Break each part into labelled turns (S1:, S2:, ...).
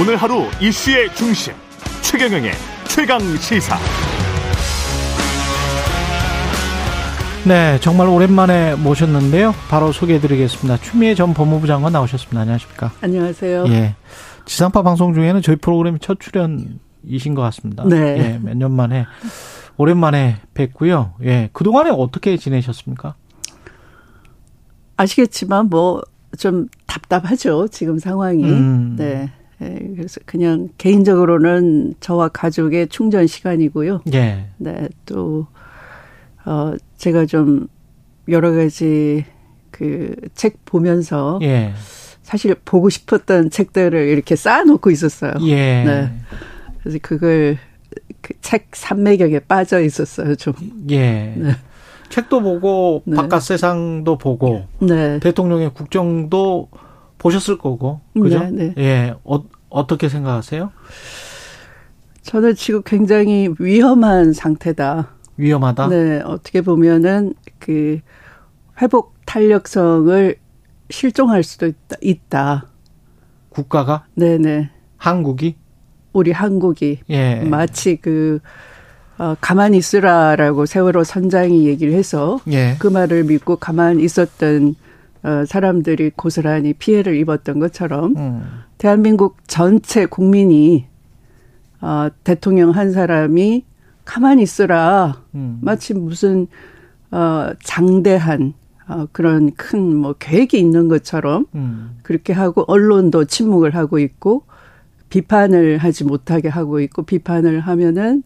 S1: 오늘 하루 이슈의 중심 최경영의 최강 시사.
S2: 네, 정말 오랜만에 모셨는데요. 바로 소개해드리겠습니다. 추미애 전 법무부 장관 나오셨습니다. 안녕하십니까?
S3: 안녕하세요.
S2: 예. 지상파 방송 중에는 저희 프로그램 첫 출연이신 것 같습니다.
S3: 네.
S2: 예, 몇 년 만에 오랜만에 뵙고요. 예, 그 동안에 어떻게 지내셨습니까?
S3: 아시겠지만 뭐 좀 답답하죠 지금 상황이.
S2: 음.
S3: 네. 예, 그래서 그냥 개인적으로는 저와 가족의 충전 시간이고요.
S2: 예,
S3: 네. 또 어, 제가 좀 여러 가지 그 책 보면서
S2: 예,
S3: 어. 사실 보고 싶었던 책들을 이렇게 쌓아놓고 있었어요.
S2: 예,
S3: 네. 그래서 그걸 그 책 산매경에 빠져 있었어요. 좀.
S2: 예.
S3: 네.
S2: 책도 보고
S3: 네.
S2: 바깥 세상도 보고
S3: 네.
S2: 대통령의 국정도 보셨을 거고 그죠?
S3: 네, 네.
S2: 예, 어, 어떻게 생각하세요?
S3: 저는 지금 굉장히 위험한 상태다.
S2: 위험하다.
S3: 네, 어떻게 보면은 그 회복 탄력성을 실종할 수도 있다. 있다.
S2: 국가가
S3: 네, 네.
S2: 한국이
S3: 우리 한국이
S2: 예.
S3: 마치 그 어, 가만히 있으라라고 세월호 선장이 얘기를 해서
S2: 예.
S3: 그 말을 믿고 가만히 있었던 어, 사람들이 고스란히 피해를 입었던 것처럼
S2: 음.
S3: 대한민국 전체 국민이 어, 대통령 한 사람이 가만히 있으라
S2: 음.
S3: 마치 무슨 어 장대한 어 그런 큰 뭐 계획이 있는 것처럼
S2: 음.
S3: 그렇게 하고 언론도 침묵을 하고 있고 비판을 하지 못하게 하고 있고 비판을 하면은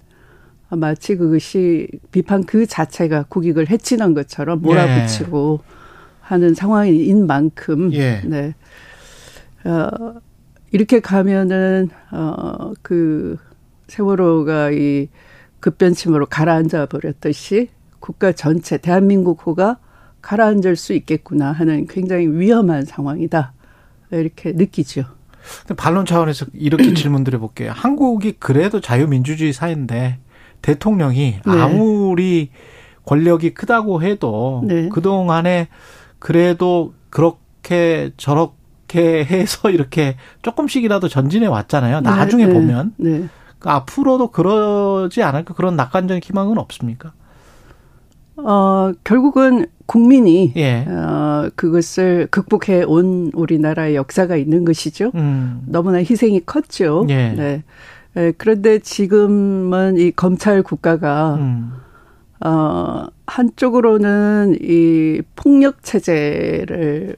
S3: 마치 그것이 비판 그 자체가 국익을 해치는 것처럼 몰아붙이고 하는 상황인 만큼
S2: 예.
S3: 네. 어 이렇게 가면은 어, 어그 세월호가 이 급변침으로 가라앉아 버렸듯이 국가 전체 대한민국호가 가라앉을 수 있겠구나 하는 굉장히 위험한 상황이다 이렇게 느끼죠.
S2: 근데 반론 차원에서 이렇게 질문드려 볼게요. 한국이 그래도 자유민주주의 사회인데 대통령이
S3: 네.
S2: 아무리 권력이 크다고 해도
S3: 네.
S2: 그동안에 그래도 그렇게 저렇게 해서 이렇게 조금씩이라도 전진해 왔잖아요. 나중에
S3: 네, 네,
S2: 보면
S3: 네.
S2: 그 앞으로도 그러지 않을까 그런 낙관적인 희망은 없습니까?
S3: 어 결국은 국민이
S2: 예.
S3: 어 그것을 극복해 온 우리나라의 역사가 있는 것이죠.
S2: 음.
S3: 너무나 희생이 컸죠.
S2: 예.
S3: 네. 예, 그런데 지금은 이 검찰 국가가
S2: 음.
S3: 어, 한쪽으로는 이 폭력 체제를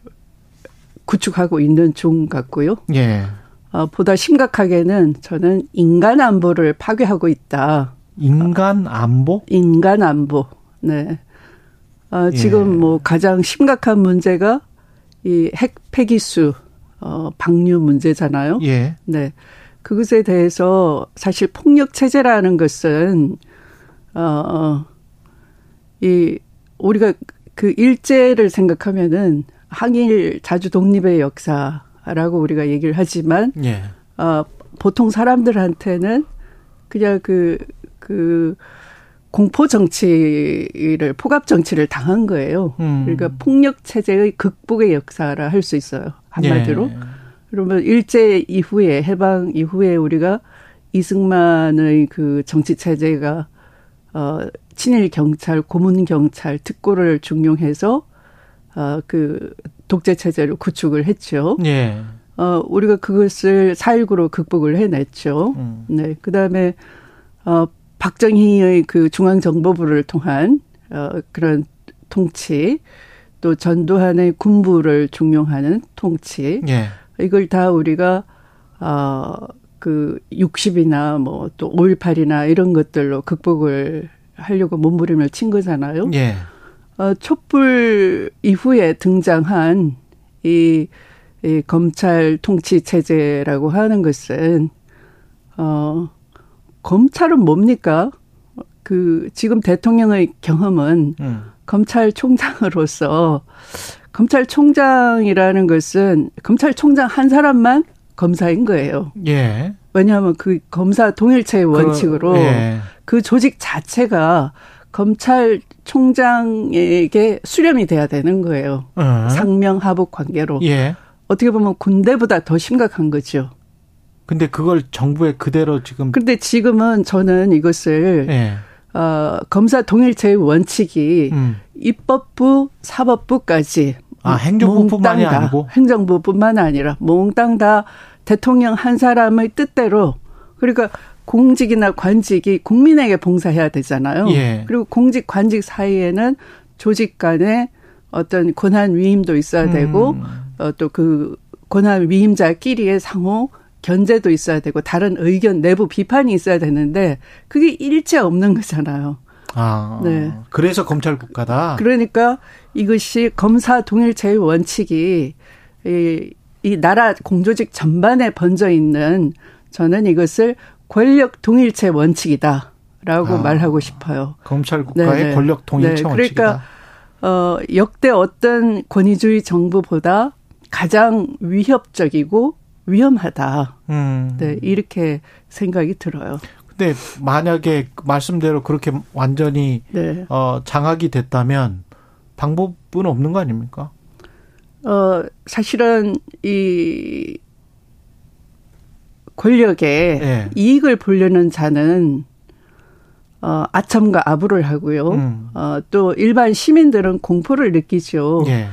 S3: 구축하고 있는 중 같고요.
S2: 예.
S3: 어, 보다 심각하게는 저는 인간 안보를 파괴하고 있다.
S2: 인간 안보?
S3: 인간 안보. 네. 어, 지금
S2: 예.
S3: 뭐 가장 심각한 문제가 이 핵 폐기수 어, 방류 문제잖아요.
S2: 예.
S3: 네. 그것에 대해서 사실 폭력 체제라는 것은 어, 어이 우리가 그 일제를 생각하면은 항일 자주 독립의 역사라고 우리가 얘기를 하지만
S2: 예.
S3: 어 보통 사람들한테는 그냥 그 그 공포 정치를 포갑 정치를 당한 거예요.
S2: 음.
S3: 그러니까 폭력 체제의 극복의 역사라 할 수 있어요. 한마디로.
S2: 예.
S3: 그러면 일제 이후에 해방 이후에 우리가 이승만의 그 정치 체제가 어 친일 경찰, 고문 경찰, 특고를 중용해서 어그 독재 체제를 구축을 했죠.
S2: 예.
S3: 어 우리가 그것을 4.19로 극복을 해냈죠.
S2: 음.
S3: 네. 그다음에 어 박정희의 그 중앙정보부를 통한 어 그런 통치 또 전두환의 군부를 중용하는 통치
S2: 예.
S3: 이걸 다 우리가 어, 어그 60이나 뭐 또 5.18이나 이런 것들로 극복을 하려고 몸부림을 친 거잖아요.
S2: 예.
S3: 어, 촛불 이후에 등장한 이, 이 검찰 통치 체제라고 하는 것은 어 검찰은 뭡니까? 그 지금 대통령의 경험은
S2: 음.
S3: 검찰총장으로서 검찰총장이라는 것은 검찰총장 한 사람만 검사인 거예요.
S2: 예.
S3: 왜냐하면 그 검사 동일체의 원칙으로
S2: 그, 예.
S3: 그 조직 자체가 검찰총장에게 수렴이 돼야 되는 거예요.
S2: 어.
S3: 상명하복 관계로.
S2: 예.
S3: 어떻게 보면 군대보다 더 심각한 거죠.
S2: 근데 그걸 정부에 그대로 지금
S3: 근데 지금은 저는 이것을
S2: 음. 예.
S3: 어, 검사 동일체의 원칙이
S2: 음.
S3: 입법부, 사법부까지
S2: 아, 행정부뿐만이
S3: 몽땅 다,
S2: 아니고?
S3: 행정부뿐만 아니라 몽땅 다 대통령 한 사람의 뜻대로 그러니까 공직이나 관직이 국민에게 봉사해야 되잖아요.
S2: 예.
S3: 그리고 공직 관직 사이에는 조직 간의 어떤 권한 위임도 있어야
S2: 음.
S3: 되고 어, 또 그 권한 위임자끼리의 상호 견제도 있어야 되고 다른 의견 내부 비판이 있어야 되는데 그게 일체 없는 거잖아요.
S2: 아.
S3: 네.
S2: 그래서 검찰 국가다.
S3: 그러니까 이것이 검사 동일체의 원칙이 이, 이 나라 공조직 전반에 번져 있는 저는 이것을 권력 동일체 원칙이다라고
S2: 아.
S3: 말하고 싶어요.
S2: 검찰 국가의
S3: 네네.
S2: 권력
S3: 네,
S2: 통일체
S3: 그러니까
S2: 원칙이다.
S3: 어, 역대 어떤 권위주의 정부보다 가장 위협적이고 위험하다.
S2: 음.
S3: 네, 이렇게 생각이 들어요.
S2: 근데 만약에 말씀대로 그렇게 완전히
S3: 네.
S2: 어, 장악이 됐다면 방법은 없는 거 아닙니까?
S3: 어, 사실은 이 권력에
S2: 예.
S3: 이익을 보려는 자는 어, 아첨과 아부를 하고요.
S2: 음.
S3: 어, 또 일반 시민들은 공포를 느끼죠.
S2: 예.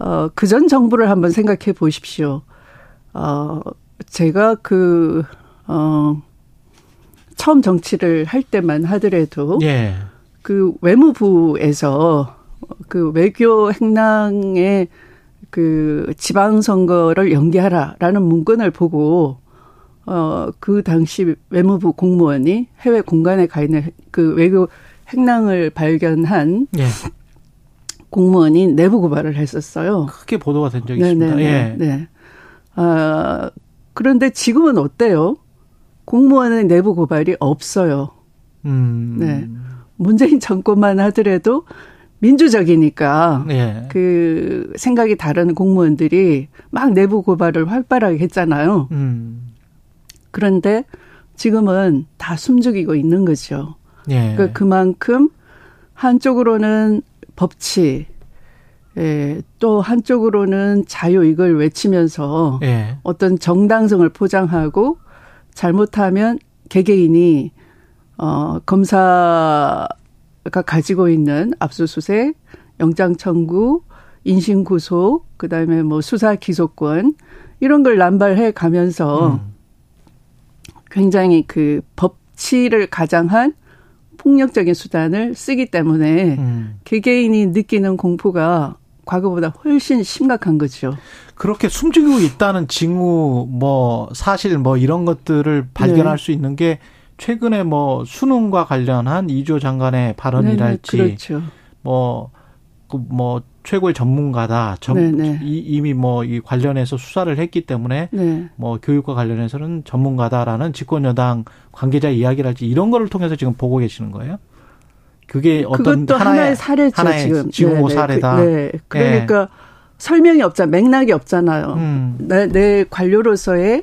S3: 어, 그 전 정부를 한번 생각해 보십시오. 어, 제가 그, 어, 처음 정치를 할 때만 하더라도
S2: 예.
S3: 그 외무부에서 그 외교 행랑의 그 지방선거를 연기하라라는 문건을 보고 어 그 당시 외무부 공무원이 해외 공간에 가 있는 그 외교 행랑을 발견한
S2: 예.
S3: 공무원이 내부 고발을 했었어요.
S2: 크게 보도가 된 적이 있습니다. 예.
S3: 네. 아, 그런데 지금은 어때요? 공무원의 내부 고발이 없어요.
S2: 음.
S3: 네. 문재인 정권만 하더라도 민주적이니까
S2: 예.
S3: 그 생각이 다른 공무원들이 막 내부 고발을 활발하게 했잖아요.
S2: 음.
S3: 그런데 지금은 다 숨죽이고 있는 거죠.
S2: 예.
S3: 그러니까 그만큼 한쪽으로는 법치, 예, 또 한쪽으로는 자유 이걸 외치면서
S2: 예.
S3: 어떤 정당성을 포장하고 잘못하면 개개인이 어 검사가 가지고 있는 압수수색, 영장 청구, 인신 구속, 그다음에 뭐 수사 기소권 이런 걸 남발해 가면서
S2: 음.
S3: 굉장히 그 법치를 가장한 폭력적인 수단을 쓰기 때문에
S2: 음.
S3: 개개인이 느끼는 공포가 과거보다 훨씬 심각한 거죠.
S2: 그렇게 숨죽이고 있다는 징후 뭐 사실 뭐 이런 것들을 발견할
S3: 네.
S2: 수 있는 게 최근에 뭐 수능과 관련한 이조 장관의 발언이랄지
S3: 네네, 그렇죠.
S2: 뭐, 그 뭐, 최고의 전문가다. 전-
S3: 네네.
S2: 이, 이미 뭐, 이 관련해서 수사를 했기 때문에,
S3: 네.
S2: 뭐, 교육과 관련해서는 전문가다라는 집권여당 관계자 이야기랄지 이런 거를 통해서 지금 보고 계시는 거예요? 그게 어떤
S3: 그것도 하나의, 사례죠
S2: 하나의
S3: 지금
S2: 징후
S3: 네네.
S2: 사례다. 예.
S3: 그, 네. 그러니까 설명이 없잖아 맥락이 없잖아요.
S2: 음,
S3: 내, 내 관료로서의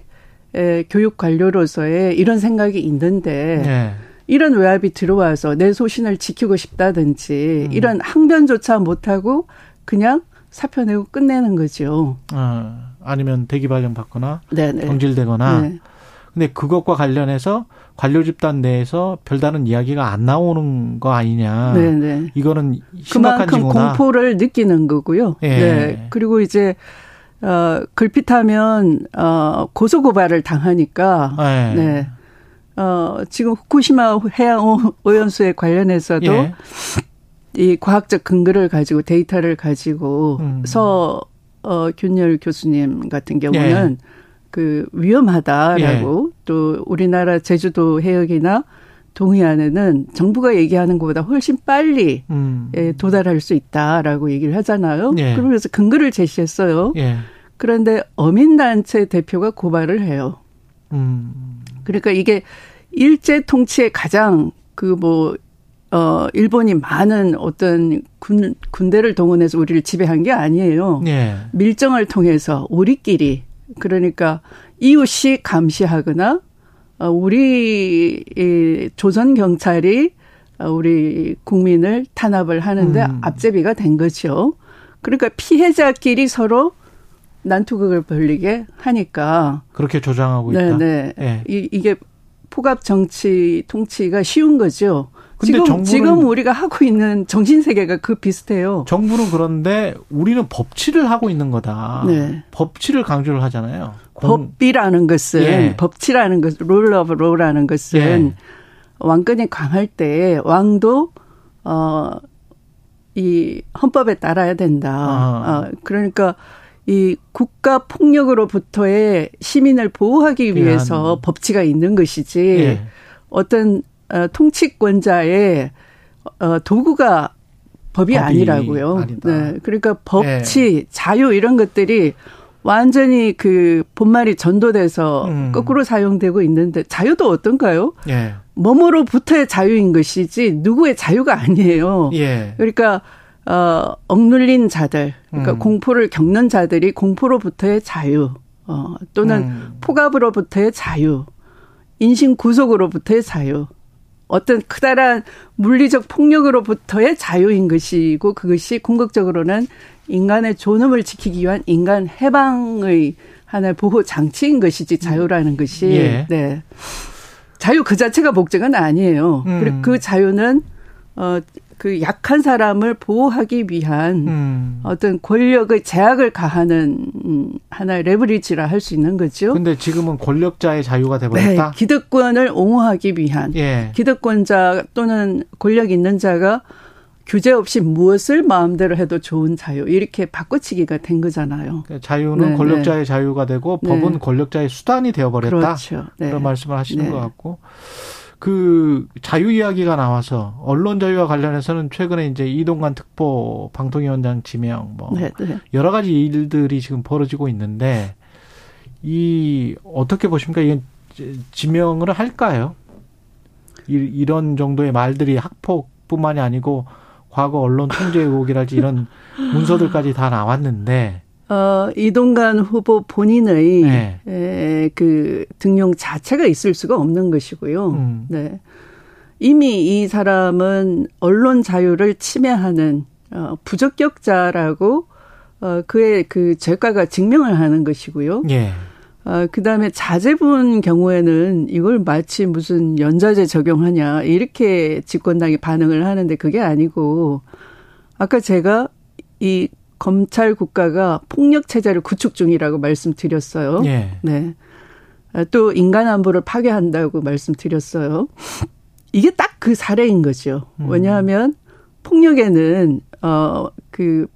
S3: 에, 교육 관료로서의 이런 생각이 있는데
S2: 예.
S3: 이런 외압이 들어와서 내 소신을 지키고
S2: 음.
S3: 싶다든지 이런 항변조차 못하고 그냥 사표 내고 끝내는 거죠.
S2: 어, 아니면 대기발령 받거나,
S3: 네네.
S2: 경질되거나,
S3: 네.
S2: 근데 그것과 관련해서 관료 집단 내에서 별다른 이야기가 안 나오는 거 아니냐.
S3: 네네.
S2: 이거는 심각한
S3: 그만큼
S2: 징후다.
S3: 공포를 느끼는 거고요.
S2: 예.
S3: 네. 그리고 이제 어 글피타면 어 고소 고발을 당하니까
S2: 예.
S3: 네. 어 지금 후쿠시마 해양 오- 오염수에 관련해서도
S2: 예.
S3: 이 과학적 근거를 가지고 데이터를 가지고
S2: 음.
S3: 서 어, 균열 교수님 같은
S2: 예.
S3: 경우는 그 위험하다라고 또 우리나라 제주도 해역이나 동해안에는 정부가 얘기하는 것보다 훨씬 빨리
S2: 음.
S3: 에 예, 도달할 수 있다라고 얘기를 하잖아요.
S2: 예.
S3: 그러면서 근거를 제시했어요.
S2: 예.
S3: 그런데 어민단체 대표가 고발을 해요.
S2: 음.
S3: 그러니까 이게 일제 통치의 가장 그 뭐 어, 일본이 많은 어떤 군, 군대를 동원해서 우리를 지배한 게 아니에요.
S2: 예.
S3: 밀정을 통해서 우리끼리 그러니까 이웃이 감시하거나 어, 우리 이 조선 경찰이 어, 우리 국민을 탄압을 하는데
S2: 음.
S3: 앞제비가 된 거죠. 그러니까 피해자끼리 서로 난투극을 벌리게 하니까
S2: 그렇게 조장하고 있다.
S3: 네네
S2: 예.
S3: 이, 이게 포갑 정치 통치가 쉬운 거죠.
S2: 근데
S3: 지금
S2: 정부는-
S3: 지금 우리가 하고 있는 정신 세계가 그 비슷해요.
S2: 정부는 그런데 우리는 법치를 하고 있는 거다.
S3: 네.
S2: 법치를 강조를 하잖아요. 공-
S3: 법비라는 것은
S2: 음. 예.
S3: 법치라는 것, 룰 오브 로라는 것은
S2: 예.
S3: 왕권이 강할 때 왕도 어이 헌법에 따라야 된다.
S2: 아.
S3: 어, 그러니까 이 국가 폭력으로부터의 시민을 보호하기
S2: 위한.
S3: 위해서 법치가 있는 것이지
S2: 예.
S3: 어떤 어, 통치권자의 어, 도구가 법이,
S2: 법이
S3: 아니라고요.
S2: 아니다. 네.
S3: 네. 그러니까 법치, 자유 이런 것들이 완전히 그 본말이 전도돼서
S2: 음.
S3: 거꾸로 사용되고 있는데 자유도 어떤가요?
S2: 예.
S3: 몸으로부터의 자유인 것이지 누구의 자유가 아니에요.
S2: 예.
S3: 그러니까 어 억눌린 자들, 그러니까
S2: 음.
S3: 공포를 겪는 자들이 공포로부터의 자유, 어 또는
S2: 음.
S3: 포갑으로부터의 자유, 인신 구속으로부터의 자유, 어떤 크다란 물리적 폭력으로부터의 자유인 것이고 그것이 궁극적으로는 인간의 존엄을 지키기 위한 인간 해방의 하나의 보호 장치인 것이지 자유라는 것이
S2: 예.
S3: 네. 자유 그 자체가 목적은 아니에요.
S2: 음.
S3: 그리고 그 자유는 어 그 약한 사람을 보호하기 위한
S2: 음.
S3: 어떤 권력의 제약을 가하는 음, 하나의 레버리지라 할 수 있는 거죠.
S2: 근데 지금은 권력자의 자유가
S3: 네,
S2: 돼버렸다.
S3: 기득권을 옹호하기 위한
S2: 예.
S3: 기득권자 또는 권력 있는 자가 규제 없이 무엇을 마음대로 해도 좋은 자유 이렇게 바꿔치기가 된 거잖아요.
S2: 그러니까 자유는
S3: 네,
S2: 권력자의 자유가 되고
S3: 네.
S2: 법은 권력자의 수단이 되어버렸다.
S3: 그렇죠. 네.
S2: 그런 말씀을 하시는
S3: 네.
S2: 것 같고 그 자유 이야기가 나와서 언론 자유와 관련해서는 최근에 이제 이동관 특보 방통위원장 지명 뭐
S3: 네, 네.
S2: 여러 가지 일들이 지금 벌어지고 있는데 이 어떻게 보십니까? 이건 지- 지명을 할까요? 이, 이런 정도의 말들이 학폭뿐만이 아니고 과거 언론 통제 의혹이랄지 이런 문서들까지 다 나왔는데
S3: 어, 이동관 후보 본인의
S2: 네.
S3: 에, 그 등용 자체가 있을 수가 없는 것이고요.
S2: 음,
S3: 네. 이미 이 사람은 언론 자유를 침해하는 어, 부적격자라고 어, 그의 그 죄가가 증명을 하는 것이고요.
S2: 예,
S3: 어, 그 다음에 자제분 경우에는 이걸 마치 무슨 연좌제 적용하냐 이렇게 집권당이 반응을 하는데 그게 아니고 아까 제가 이 검찰 국가가 폭력 체제를 구축 중이라고 말씀드렸어요.
S2: 예,
S3: 네. 아, 또 인간 안보를 파괴한다고 말씀드렸어요. 이게 딱 그 사례인 거죠.
S2: 음.
S3: 왜냐하면 폭력에는 어그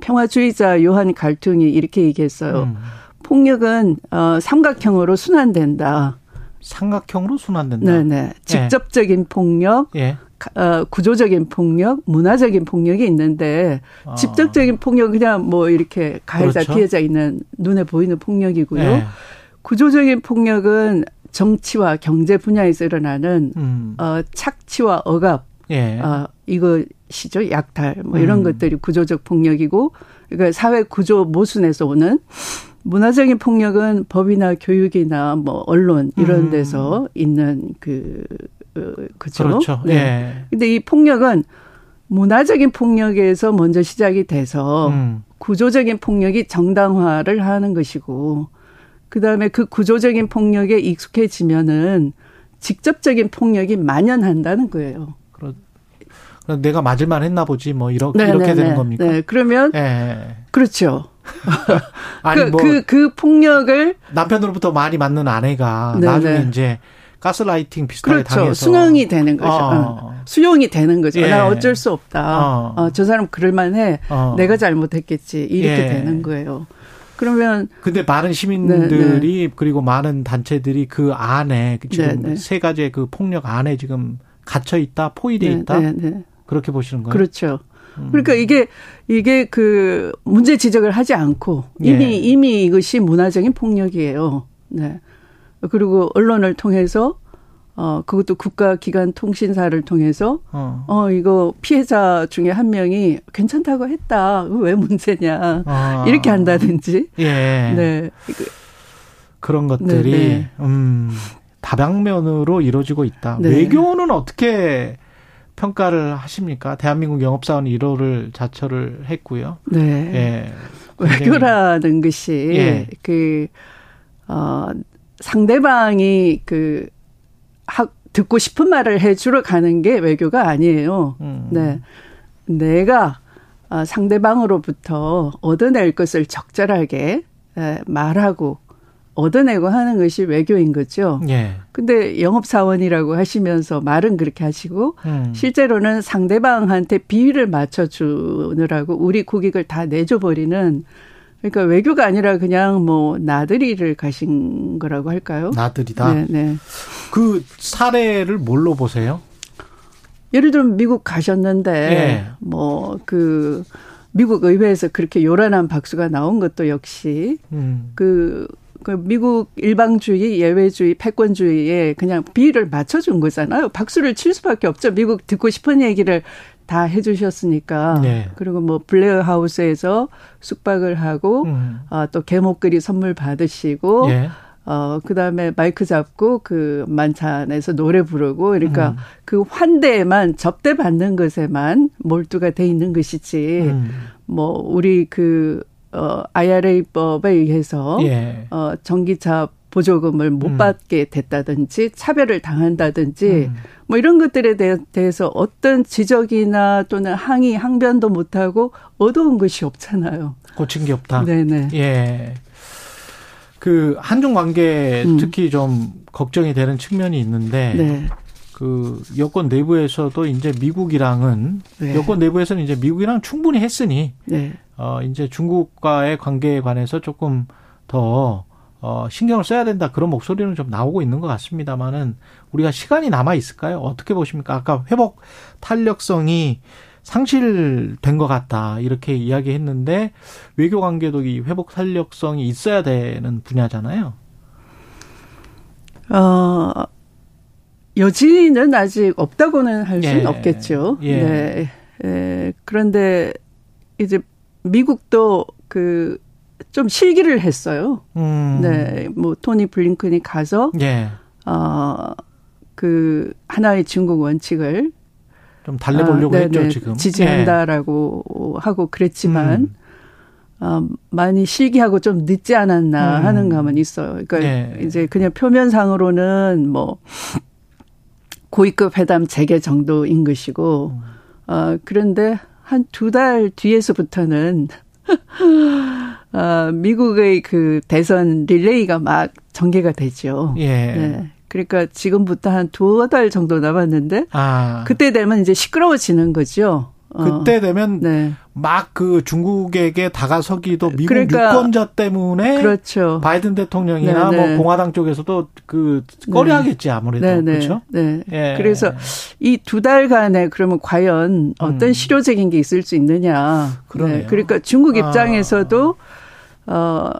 S3: 평화주의자 요한 갈등이 이렇게 얘기했어요.
S2: 음,
S3: 폭력은 어 삼각형으로 순환된다.
S2: 삼각형으로 순환된다.
S3: 네, 네. 직접적인 폭력,
S2: 예,
S3: 가- 어 구조적인 폭력, 문화적인 폭력이 있는데
S2: 어,
S3: 직접적인 폭력은 그냥 뭐 이렇게 가해자
S2: 그렇죠.
S3: 피해자 있는 눈에 보이는 폭력이고요.
S2: 예,
S3: 구조적인 폭력은 정치와 경제 분야에서 일어나는
S2: 음,
S3: 어, 착취와 억압,
S2: 예,
S3: 어, 이것이죠. 약탈, 뭐 이런
S2: 음.
S3: 것들이 구조적 폭력이고, 그러니까 사회 구조 모순에서 오는 문화적인 폭력은 법이나 교육이나 뭐 언론 이런
S2: 음.
S3: 데서 있는 그, 어, 그죠.
S2: 그렇죠.
S3: 네.
S2: 예,
S3: 근데 이 폭력은 문화적인 폭력에서 먼저 시작이 돼서
S2: 음,
S3: 구조적인 폭력이 정당화를 하는 것이고, 그 다음에 그 구조적인 폭력에 익숙해지면은 직접적인 폭력이 만연한다는 거예요.
S2: 그렇. 그럼 내가 맞을만 했나 보지 뭐 이렇게 이렇게
S3: 네,
S2: 되는
S3: 네.
S2: 겁니까?
S3: 네, 그러면,
S2: 예.
S3: 그렇죠.
S2: 아니
S3: 그,
S2: 뭐
S3: 그, 그 폭력을,
S2: 남편으로부터 많이 맞는 아내가
S3: 네,
S2: 나중에
S3: 네.
S2: 이제 가스라이팅 비슷하게
S3: 그렇죠.
S2: 당해서
S3: 수능이 되는 거죠. 어.
S2: 어,
S3: 수용이 되는 거죠. 아,
S2: 예.
S3: 나 어쩔 수 없다.
S2: 어.
S3: 어. 저 사람 그럴만해.
S2: 어.
S3: 내가 잘못했겠지. 이렇게
S2: 예.
S3: 되는 거예요. 그러면
S2: 근데 많은 시민들이 그리고 많은 단체들이 그 안에 그 지금
S3: 네, 네.
S2: 세 가지의 그 폭력 안에 지금 갇혀 있다, 포위돼
S3: 네,
S2: 있다 음.
S3: 네, 네.
S2: 그렇게 보시는 거예요?
S3: 그렇죠. 그러니까 이게 이게 그 문제 지적을 하지 않고 이미
S2: 예.
S3: 이미 이것이 문화적인 폭력이에요. 네. 그리고 언론을 통해서 어 그것도 국가 기관 통신사를 통해서
S2: 어.
S3: 어 이거 피해자 중에 한 명이 괜찮다고 했다. 이거 왜 문제냐.
S2: 아.
S3: 이렇게 한다든지.
S2: 예.
S3: 네.
S2: 그런 것들이
S3: 네, 네.
S2: 음, 다방면으로 이루어지고 있다.
S3: 네.
S2: 외교는 어떻게 평가를 하십니까? 대한민국 영업사원 1호를 자처를 했고요.
S3: 네.
S2: 예. 굉장히-
S3: 외교라는 것이
S2: 예.
S3: 그, 어, 상대방이 그, 하, 듣고 싶은 말을 해주러 가는 게 외교가 아니에요.
S2: 음.
S3: 네. 내가 아, 상대방으로부터 얻어낼 것을 적절하게 예, 말하고 얻어내고 하는 것이 외교인 거죠.
S2: 예.
S3: 근데 영업사원이라고 하시면서 말은 그렇게 하시고
S2: 음.
S3: 실제로는 상대방한테 비위를 맞춰주느라고 우리 고객을 다 내줘버리는 그러니까 외교가 아니라 그냥 뭐 나들이를 가신 거라고 할까요?
S2: 나들이다.
S3: 네, 네.
S2: 그 사례를 뭘로 보세요?
S3: 예를 들면 미국 가셨는데
S2: 예.
S3: 뭐 그 미국 의회에서 그렇게 요란한 박수가 나온 것도 역시
S2: 음.
S3: 그, 그 미국 일방주의, 예외주의, 패권주의에 그냥 비위를 맞춰준 거잖아요. 박수를 칠 수밖에 없죠. 미국 듣고 싶은 얘기를 다 해주셨으니까.
S2: 네.
S3: 그리고 뭐 블레어 하우스에서 숙박을 하고,
S2: 음.
S3: 아, 또 개목걸이 선물 받으시고,
S2: 예.
S3: 어, 그 다음에 마이크 잡고 그 만찬에서 노래 부르고,
S2: 음.
S3: 그러니까 그 환대에만 접대받는 것에만 몰두가 돼 있는 것이지,
S2: 음.
S3: 뭐, 우리 그, 어, IRA 법에 의해서,
S2: 예.
S3: 어, 전기차 보조금을 못
S2: 음.
S3: 받게 됐다든지 차별을 당한다든지
S2: 음.
S3: 뭐 이런 것들에 대, 대해서 어떤 지적이나 또는 항의 항변도 못하고 얻어온 것이 없잖아요.
S2: 고친 게 없다.
S3: 네네.
S2: 예. 그 한중 관계
S3: 음.
S2: 특히 좀 걱정이 되는 측면이 있는데
S3: 네.
S2: 그 여권 내부에서도 이제 미국이랑은
S3: 네.
S2: 여권 내부에서는 이제 미국이랑 충분히 했으니
S3: 네.
S2: 어 이제 중국과의 관계에 관해서 조금 더 어, 신경을 써야 된다 그런 목소리는 좀 나오고 있는 것 같습니다만은 우리가 시간이 남아 있을까요? 어떻게 보십니까? 아까 회복 탄력성이 상실된 것 같다 이렇게 이야기했는데 외교 관계도 이 회복 탄력성이 있어야 되는 분야잖아요.
S3: 어, 여지는 아직 없다고는 할 수는
S2: 예.
S3: 없겠죠.
S2: 예.
S3: 네. 에, 그런데 이제 미국도 그 좀 실기를 했어요.
S2: 음.
S3: 네. 뭐 토니 블링컨이 가서
S2: 예.
S3: 어, 그 하나의 중국 원칙을
S2: 좀 달래보려고
S3: 아, 네네,
S2: 했죠 지금.
S3: 지지한다라고 하고
S2: 예.
S3: 그랬지만
S2: 음.
S3: 어, 많이 실기하고 좀 늦지 않았나
S2: 음.
S3: 하는 감은 있어요. 그러니까
S2: 네.
S3: 이제 그냥 표면상으로는 뭐 고위급 회담 재개 정도인 것이고
S2: 음.
S3: 어, 그런데 한 두 달 뒤에서부터는 어, 미국의 그 대선 릴레이가 막 전개가 되죠.
S2: 예.
S3: 네. 그러니까 지금부터 한 두 달 정도 남았는데
S2: 아
S3: 그때 되면 이제 시끄러워지는 거죠. 어,
S2: 그때 되면
S3: 네.
S2: 막 그 중국에게 다가서기도 미국
S3: 그러니까-
S2: 유권자 때문에
S3: 그렇죠.
S2: 바이든 대통령이나
S3: 네, 네.
S2: 뭐 공화당 쪽에서도 그
S3: 네.
S2: 꺼려하겠지 아무래도
S3: 네, 네.
S2: 그렇죠.
S3: 네.
S2: 예.
S3: 그래서 이 두 달간에 그러면 과연 어떤
S2: 음.
S3: 실효적인 게 있을 수 있느냐.
S2: 그러네요.
S3: 그러니까 중국
S2: 아.
S3: 입장에서도 어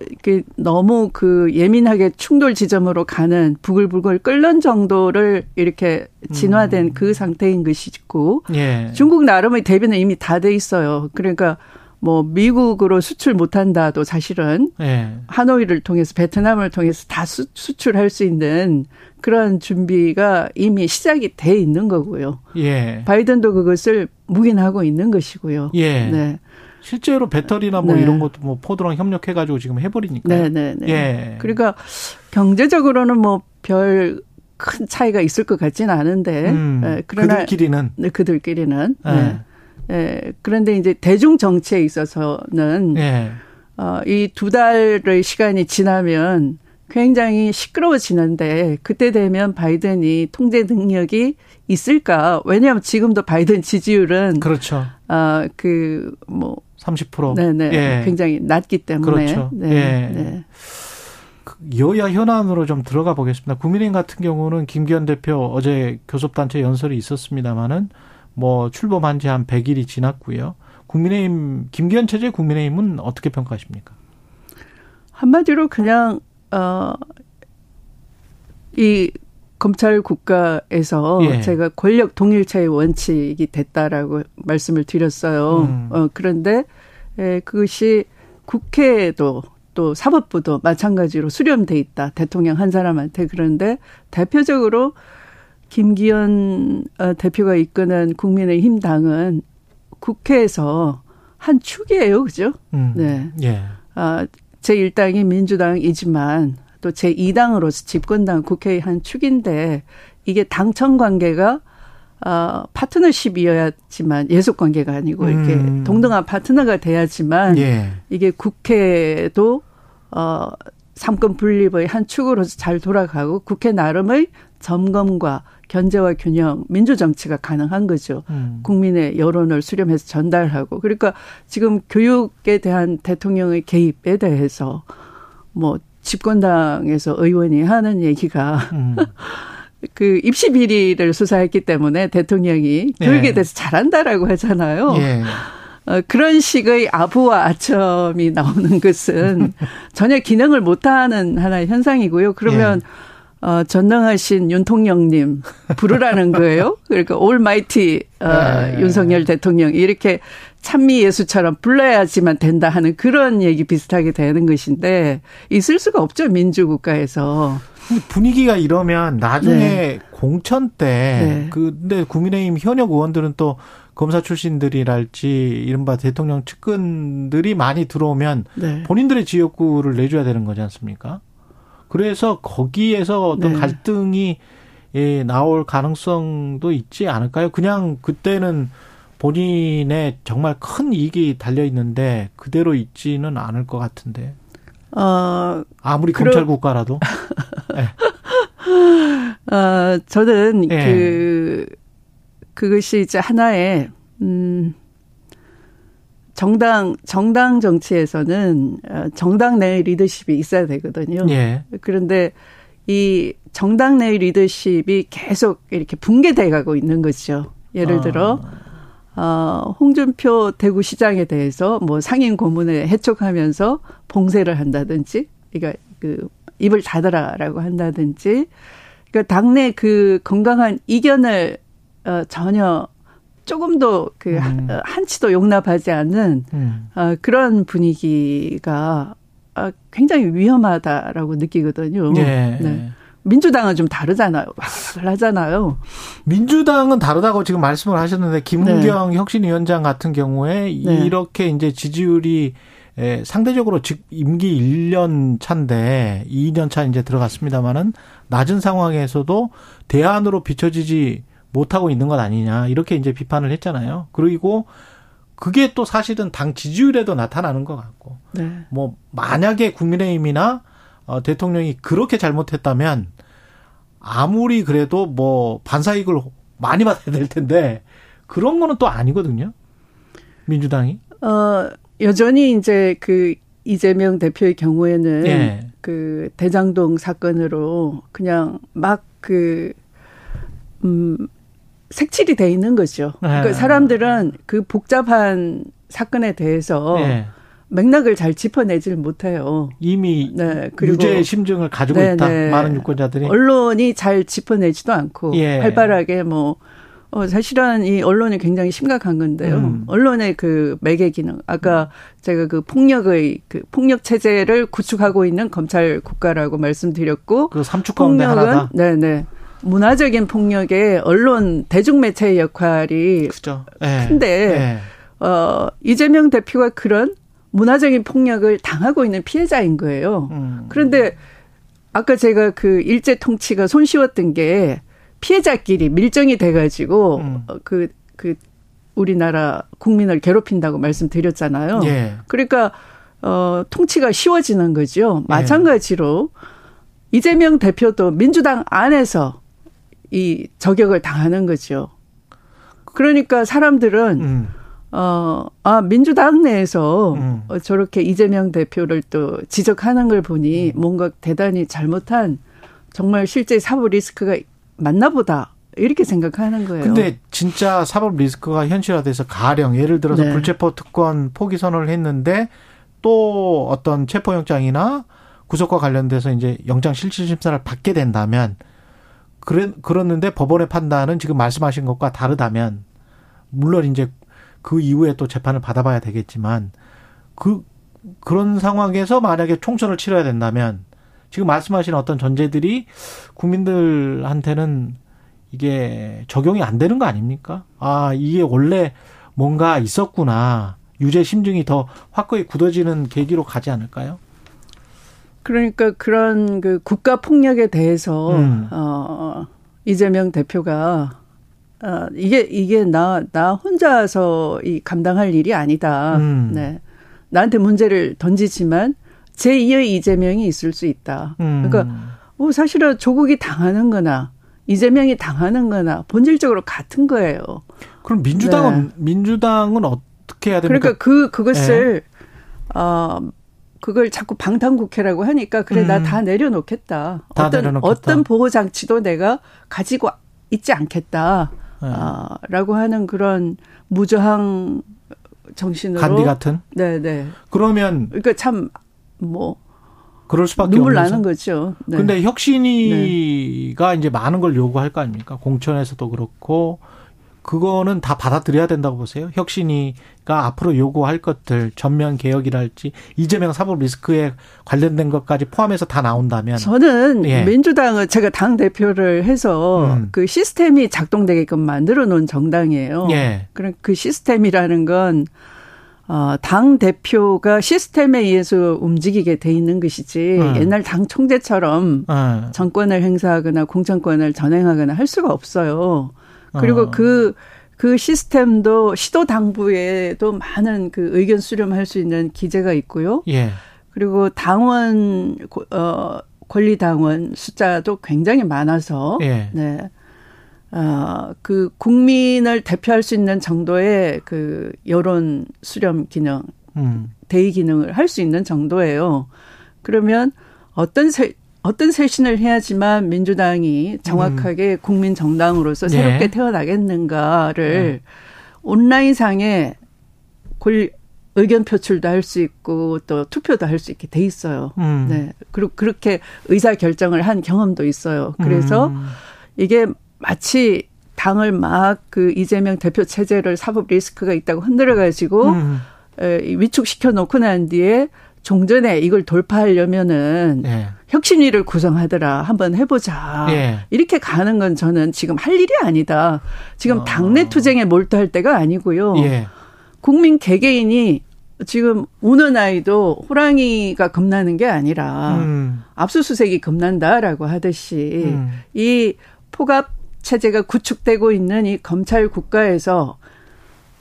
S3: 이렇게 너무 그 예민하게 충돌 지점으로 가는 부글부글 끓는 정도를 이렇게 진화된
S2: 음.
S3: 그 상태인 것이고
S2: 예.
S3: 중국 나름의 대비는 이미 다 돼 있어요. 그러니까 뭐 미국으로 수출 못 한다도 사실은
S2: 예.
S3: 하노이를 통해서 베트남을 통해서 다 수, 수출할 수 있는 그런 준비가 이미 시작이 돼 있는 거고요.
S2: 예.
S3: 바이든도 그것을 묵인하고 있는 것이고요.
S2: 예.
S3: 네.
S2: 실제로 배터리나 뭐
S3: 네.
S2: 이런 것도 뭐 포드랑 협력해 가지고 지금 해 버리니까.
S3: 네, 네, 네.
S2: 예.
S3: 그러니까 경제적으로는 뭐 별 큰 차이가 있을 것 같지는 않은데
S2: 음,
S3: 예, 그러나
S2: 그들끼리는
S3: 네, 그들끼리는
S2: 예.
S3: 네. 예, 그런데 이제 대중 정치에 있어서는
S2: 예.
S3: 어, 이 두 달의 시간이 지나면 굉장히 시끄러워지는데 그때 되면 바이든이 통제 능력이 있을까? 왜냐하면 지금도 바이든 지지율은
S2: 그렇죠.
S3: 아 그뭐
S2: 30%.
S3: 네네 그러니까
S2: 예.
S3: 굉장히 낮기 때문에
S2: 그렇죠.
S3: 네,
S2: 예.
S3: 네.
S2: 여야 현안으로 좀 들어가 보겠습니다. 국민의힘 같은 경우는 김기현 대표 어제 교섭단체 연설이 있었습니다마는 뭐 출범한 지 한 100일이 지났고요. 국민의힘 김기현 체제 국민의힘은 어떻게 평가하십니까?
S3: 한마디로 그냥 어이 검찰 국가에서
S2: 예.
S3: 제가 권력 동일체의 원칙이 됐다라고 말씀을 드렸어요.
S2: 음.
S3: 어, 그런데 에, 그것이 국회에도 또 사법부도 마찬가지로 수렴돼 있다. 대통령 한 사람한테 그런데 대표적으로 김기현 어, 대표가 이끄는 국민의힘 당은 국회에서 한 축이에요, 그죠?
S2: 음.
S3: 네.
S2: 예.
S3: 아, 제 1당이 민주당이지만 또 제 2당으로서 집권당 국회의 한 축인데 이게 당청 관계가 아, 파트너십이어야지만 예속 관계가 아니고 이렇게
S2: 음.
S3: 동등한 파트너가 돼야지만
S2: 예.
S3: 이게 국회도 어 삼권 분립의 한 축으로서 잘 돌아가고 국회 나름의 점검과 견제와 균형, 민주 정치가 가능한 거죠.
S2: 음.
S3: 국민의 여론을 수렴해서 전달하고 그러니까 지금 교육에 대한 대통령의 개입에 대해서 뭐 집권당에서 의원이 하는 얘기가
S2: 음.
S3: 그 입시 비리를 수사했기 때문에 대통령이
S2: 네.
S3: 교육에 대해서 잘한다라고 하잖아요.
S2: 예.
S3: 어, 그런 식의 아부와 아첨이 나오는 것은 전혀 기능을 못하는 하나의 현상이고요. 그러면 어, 전능하신 윤통령님 부르라는 거예요. 그러니까 올마이티 어,
S2: 네.
S3: 윤석열 대통령 이렇게 찬미 예수처럼 불러야지만 된다 하는 그런 얘기 비슷하게 되는 것인데 있을 수가 없죠 민주국가에서.
S2: 근데 분위기가 이러면 나중에
S3: 네.
S2: 공천 때
S3: 네.
S2: 그 근데 국민의힘 현역 의원들은 또 검사 출신들이랄지 이른바 대통령 측근들이 많이 들어오면
S3: 네.
S2: 본인들의 지역구를 내줘야 되는 거지 않습니까? 그래서 거기에서 어떤
S3: 네.
S2: 갈등이 예, 나올 가능성도 있지 않을까요? 그냥 그때는 본인의 정말 큰 이익이 달려 있는데 그대로 있지는 않을 것 같은데
S3: 어,
S2: 아무리
S3: 그러-
S2: 검찰 국가라도
S3: 어, 저는
S2: 예.
S3: 그 그것이 이제 하나의 음 정당 정당 정치에서는 어, 정당 내의 리더십이 있어야 되거든요.
S2: 예.
S3: 그런데 이 정당 내의 리더십이 계속 이렇게 붕괴돼 가고 있는 거죠. 예를 들어 어, 홍준표 대구시장에 대해서 뭐 상인 고문에 해촉하면서 봉쇄를 한다든지, 그러니까 그 입을 닫으라라고 한다든지, 그러니까 당내 그 건강한 이견을 어, 전혀 조금도 그 한,
S2: 음.
S3: 어, 한치도 용납하지 않는
S2: 음.
S3: 어, 그런 분위기가 어, 굉장히 위험하다라고 느끼거든요.
S2: 예.
S3: 네. 민주당은 좀 다르잖아요. 확 하잖아요.
S2: 민주당은 다르다고 지금 말씀을 하셨는데 김은경 혁신위원장 같은 경우에
S3: 네.
S2: 이렇게 이제 지지율이 에, 상대적으로 즉 임기 1년 차인데 2년 차 이제 들어갔습니다마는 낮은 상황에서도 대안으로 비춰지지 못하고 있는 것 아니냐 이렇게 이제 비판을 했잖아요. 그리고 그게 또 사실은 당 지지율에도 나타나는 것 같고
S3: 네.
S2: 뭐 만약에 국민의힘이나 어, 대통령이 그렇게 잘못했다면 아무리 그래도 뭐 반사익을 많이 받아야 될 텐데 그런 거는 또 아니거든요. 민주당이.
S3: 어, 여전히 이제 그 이재명 대표의 경우에는
S2: 예.
S3: 그 대장동 사건으로 그냥 막 그 음, 색칠이 돼 있는 거죠.
S2: 예.
S3: 그러니까 사람들은 그 복잡한 사건에 대해서
S2: 예.
S3: 맥락을 잘 짚어내질 못해요.
S2: 이미
S3: 네, 그리고
S2: 유죄 심증을 가지고
S3: 네,
S2: 있다.
S3: 네.
S2: 많은 유권자들이.
S3: 언론이 잘 짚어내지도 않고
S2: 예.
S3: 활발하게 뭐 어, 사실은 이 언론이 굉장히 심각한 건데요.
S2: 음.
S3: 언론의 그 매개 기능. 아까 제가 그 폭력의 그 폭력 체제를 구축하고 있는 검찰 국가라고 말씀드렸고
S2: 그 삼축 가운데
S3: 폭력은
S2: 하나다.
S3: 네네 문화적인 폭력의 언론 대중 매체의 역할이
S2: 그죠. 예.
S3: 큰데. 어 이재명 대표가 그런 문화적인 폭력을 당하고 있는 피해자인 거예요.
S2: 예. 음.
S3: 그런데 아까 제가 그 일제 통치가 손쉬웠던 게 피해자끼리 밀정이 돼가지고
S2: 음.
S3: 어, 그, 그 우리나라 국민을 괴롭힌다고 말씀드렸잖아요.
S2: 예.
S3: 그러니까 어 통치가 쉬워지는
S2: 예.
S3: 거죠. 마찬가지로 이재명 대표도 민주당 안에서 이 저격을 당하는 거죠. 그러니까 사람들은
S2: 음.
S3: 어, 아, 민주당 내에서
S2: 음.
S3: 어, 저렇게 이재명 대표를 또 지적하는 걸 보니
S2: 음.
S3: 뭔가 대단히 잘못한 정말 실제 사법 리스크가 맞나 보다. 이렇게 생각하는 거예요.
S2: 근데 진짜 사법 리스크가 현실화돼서 가령 예를 들어서
S3: 네.
S2: 불체포 특권 포기 선언을 했는데 또 어떤 체포 영장이나 구속과 관련돼서 이제 영장 실질 심사를 받게 된다면 그래 그렇는데 법원의 판단은 지금 말씀하신 것과 다르다면 물론 이제 그 이후에 또 재판을 받아봐야 되겠지만 그 그런 상황에서 만약에 총선을 치러야 된다면 지금 말씀하신 어떤 전제들이 국민들한테는 이게 적용이 안 되는 거 아닙니까? 아, 이게 원래 뭔가 있었구나. 유죄 심증이 더 확고히 굳어지는 계기로 가지 않을까요?
S3: 그러니까 그런 그 국가 폭력에 대해서
S2: 음.
S3: 어 이재명 대표가 어 이게 이게 나 나 혼자서 이 감당할 일이 아니다.
S2: 음.
S3: 네. 나한테 문제를 던지지만 제2의 이재명이 있을 수 있다.
S2: 음.
S3: 그러니까 뭐 사실은 조국이 당하는 거나 이재명이 당하는 거나 본질적으로 같은 거예요.
S2: 그럼
S3: 네.
S2: 민주당은 민주당은 어떻게 해야 됩니까? 네.
S3: 그러니까 그 그것을 어 그걸 자꾸 방탄국회라고 하니까 그래
S2: 음.
S3: 나 다 내려놓겠다.
S2: 다
S3: 어떤
S2: 내려놓겠다.
S3: 어떤 보호 장치도 내가 가지고 있지 않겠다.
S2: 네.
S3: 아, 라고 하는 그런 무저항 정신으로
S2: 간디 같은.
S3: 네, 네.
S2: 그러면
S3: 그러니까 참 뭐
S2: 그럴 수밖에
S3: 눈물
S2: 없는
S3: 나는 거죠. 네.
S2: 근데 혁신이가 이제 많은 걸 요구할 거 아닙니까? 공천에서도 그렇고 그거는 다 받아들여야 된다고 보세요. 혁신이가 앞으로 요구할 것들 전면 개혁이랄지 이재명 사법 리스크에 관련된 것까지 포함해서 다 나온다면
S3: 저는
S2: 예.
S3: 민주당은 제가 당 대표를 해서
S2: 음.
S3: 그 시스템이 작동되게끔 만들어 놓은 정당이에요.
S2: 예.
S3: 그럼 그 시스템이라는 건, 어, 당 대표가 시스템에 의해서 움직이게 돼 있는 것이지,
S2: 음.
S3: 옛날 당 총재처럼
S2: 어,
S3: 정권을 행사하거나 공천권을 전행하거나 할 수가 없어요. 그리고
S2: 어.
S3: 그, 그 시스템도 시도 당부에도 많은 그 의견 수렴할 수 있는 기재가 있고요.
S2: 예.
S3: 그리고 당원, 고- 어, 권리당원 숫자도 굉장히 많아서,
S2: 예.
S3: 네. 어, 그 국민을 대표할 수 있는 정도의 그 여론 수렴 기능,
S2: 음.
S3: 대의 기능을 할 수 있는 정도예요. 그러면 어떤 세, 어떤 쇄신을 해야지만 민주당이 정확하게 국민 정당으로서
S2: 음. 네.
S3: 새롭게 태어나겠는가를 온라인상에 권 의견 표출도 할 수 있고 또 투표도 할 수 있게 돼 있어요.
S2: 음.
S3: 네. 그리고 그렇게 의사 결정을 한 경험도 있어요. 그래서
S2: 음.
S3: 이게 마치 당을 막 그 이재명 대표 체제를 사법 리스크가 있다고 흔들어 가지고
S2: 음.
S3: 위축시켜 놓고 난 뒤에 종전에 이걸 돌파하려면은
S2: 예.
S3: 혁신위를 구성하더라 한번 해보자
S2: 예.
S3: 이렇게 가는 건 저는 지금 할 일이 아니다 지금
S2: 어.
S3: 당내 투쟁에 몰두할 때가 아니고요
S2: 예.
S3: 국민 개개인이 지금 우는 아이도 호랑이가 겁나는 게 아니라
S2: 음.
S3: 압수수색이 겁난다라고 하듯이
S2: 음.
S3: 이 포갑 체제가 구축되고 있는 이 검찰 국가에서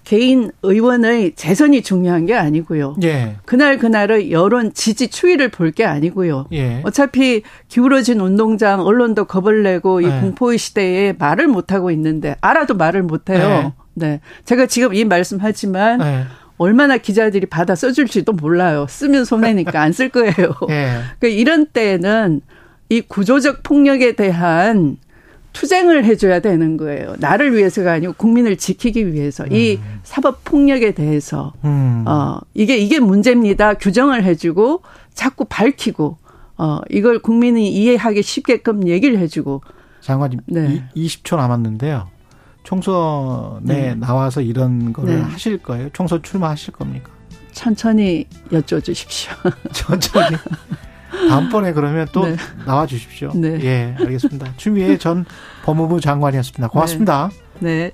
S3: 개인 의원의 재선이 중요한 게 아니고요.
S2: 예.
S3: 그날 그날의 여론 지지 추이를 볼 게 아니고요.
S2: 예.
S3: 어차피 기울어진 운동장 언론도 겁을 내고 이
S2: 네.
S3: 공포의 시대에 말을 못 하고 있는데 알아도 말을 못 해요. 네. 제가 지금 이 말씀하지만
S2: 예.
S3: 얼마나 기자들이 받아 써줄지도 몰라요. 쓰면 손해니까 안 쓸 거예요.
S2: 예.
S3: 그 이런 때에는 이 구조적 폭력에 대한 투쟁을 해줘야 되는 거예요. 나를 위해서가 아니고 국민을 지키기 위해서 이 사법 폭력에 대해서
S2: 음.
S3: 어 이게 이게 문제입니다. 규정을 해주고 자꾸 밝히고 어 이걸 국민이 이해하기 쉽게끔 얘기를 해주고
S2: 장관님
S3: 네.
S2: 이 20초 남았는데요. 총선에
S3: 네.
S2: 나와서 이런 거를
S3: 네.
S2: 하실 거예요? 총선 출마하실 겁니까?
S3: 천천히 여쭤주십시오.
S2: 천천히. 다음번에 그러면 또
S3: 네.
S2: 나와 주십시오.
S3: 네.
S2: 예, 알겠습니다. 추미애 전 법무부 장관이었습니다. 고맙습니다.
S3: 네.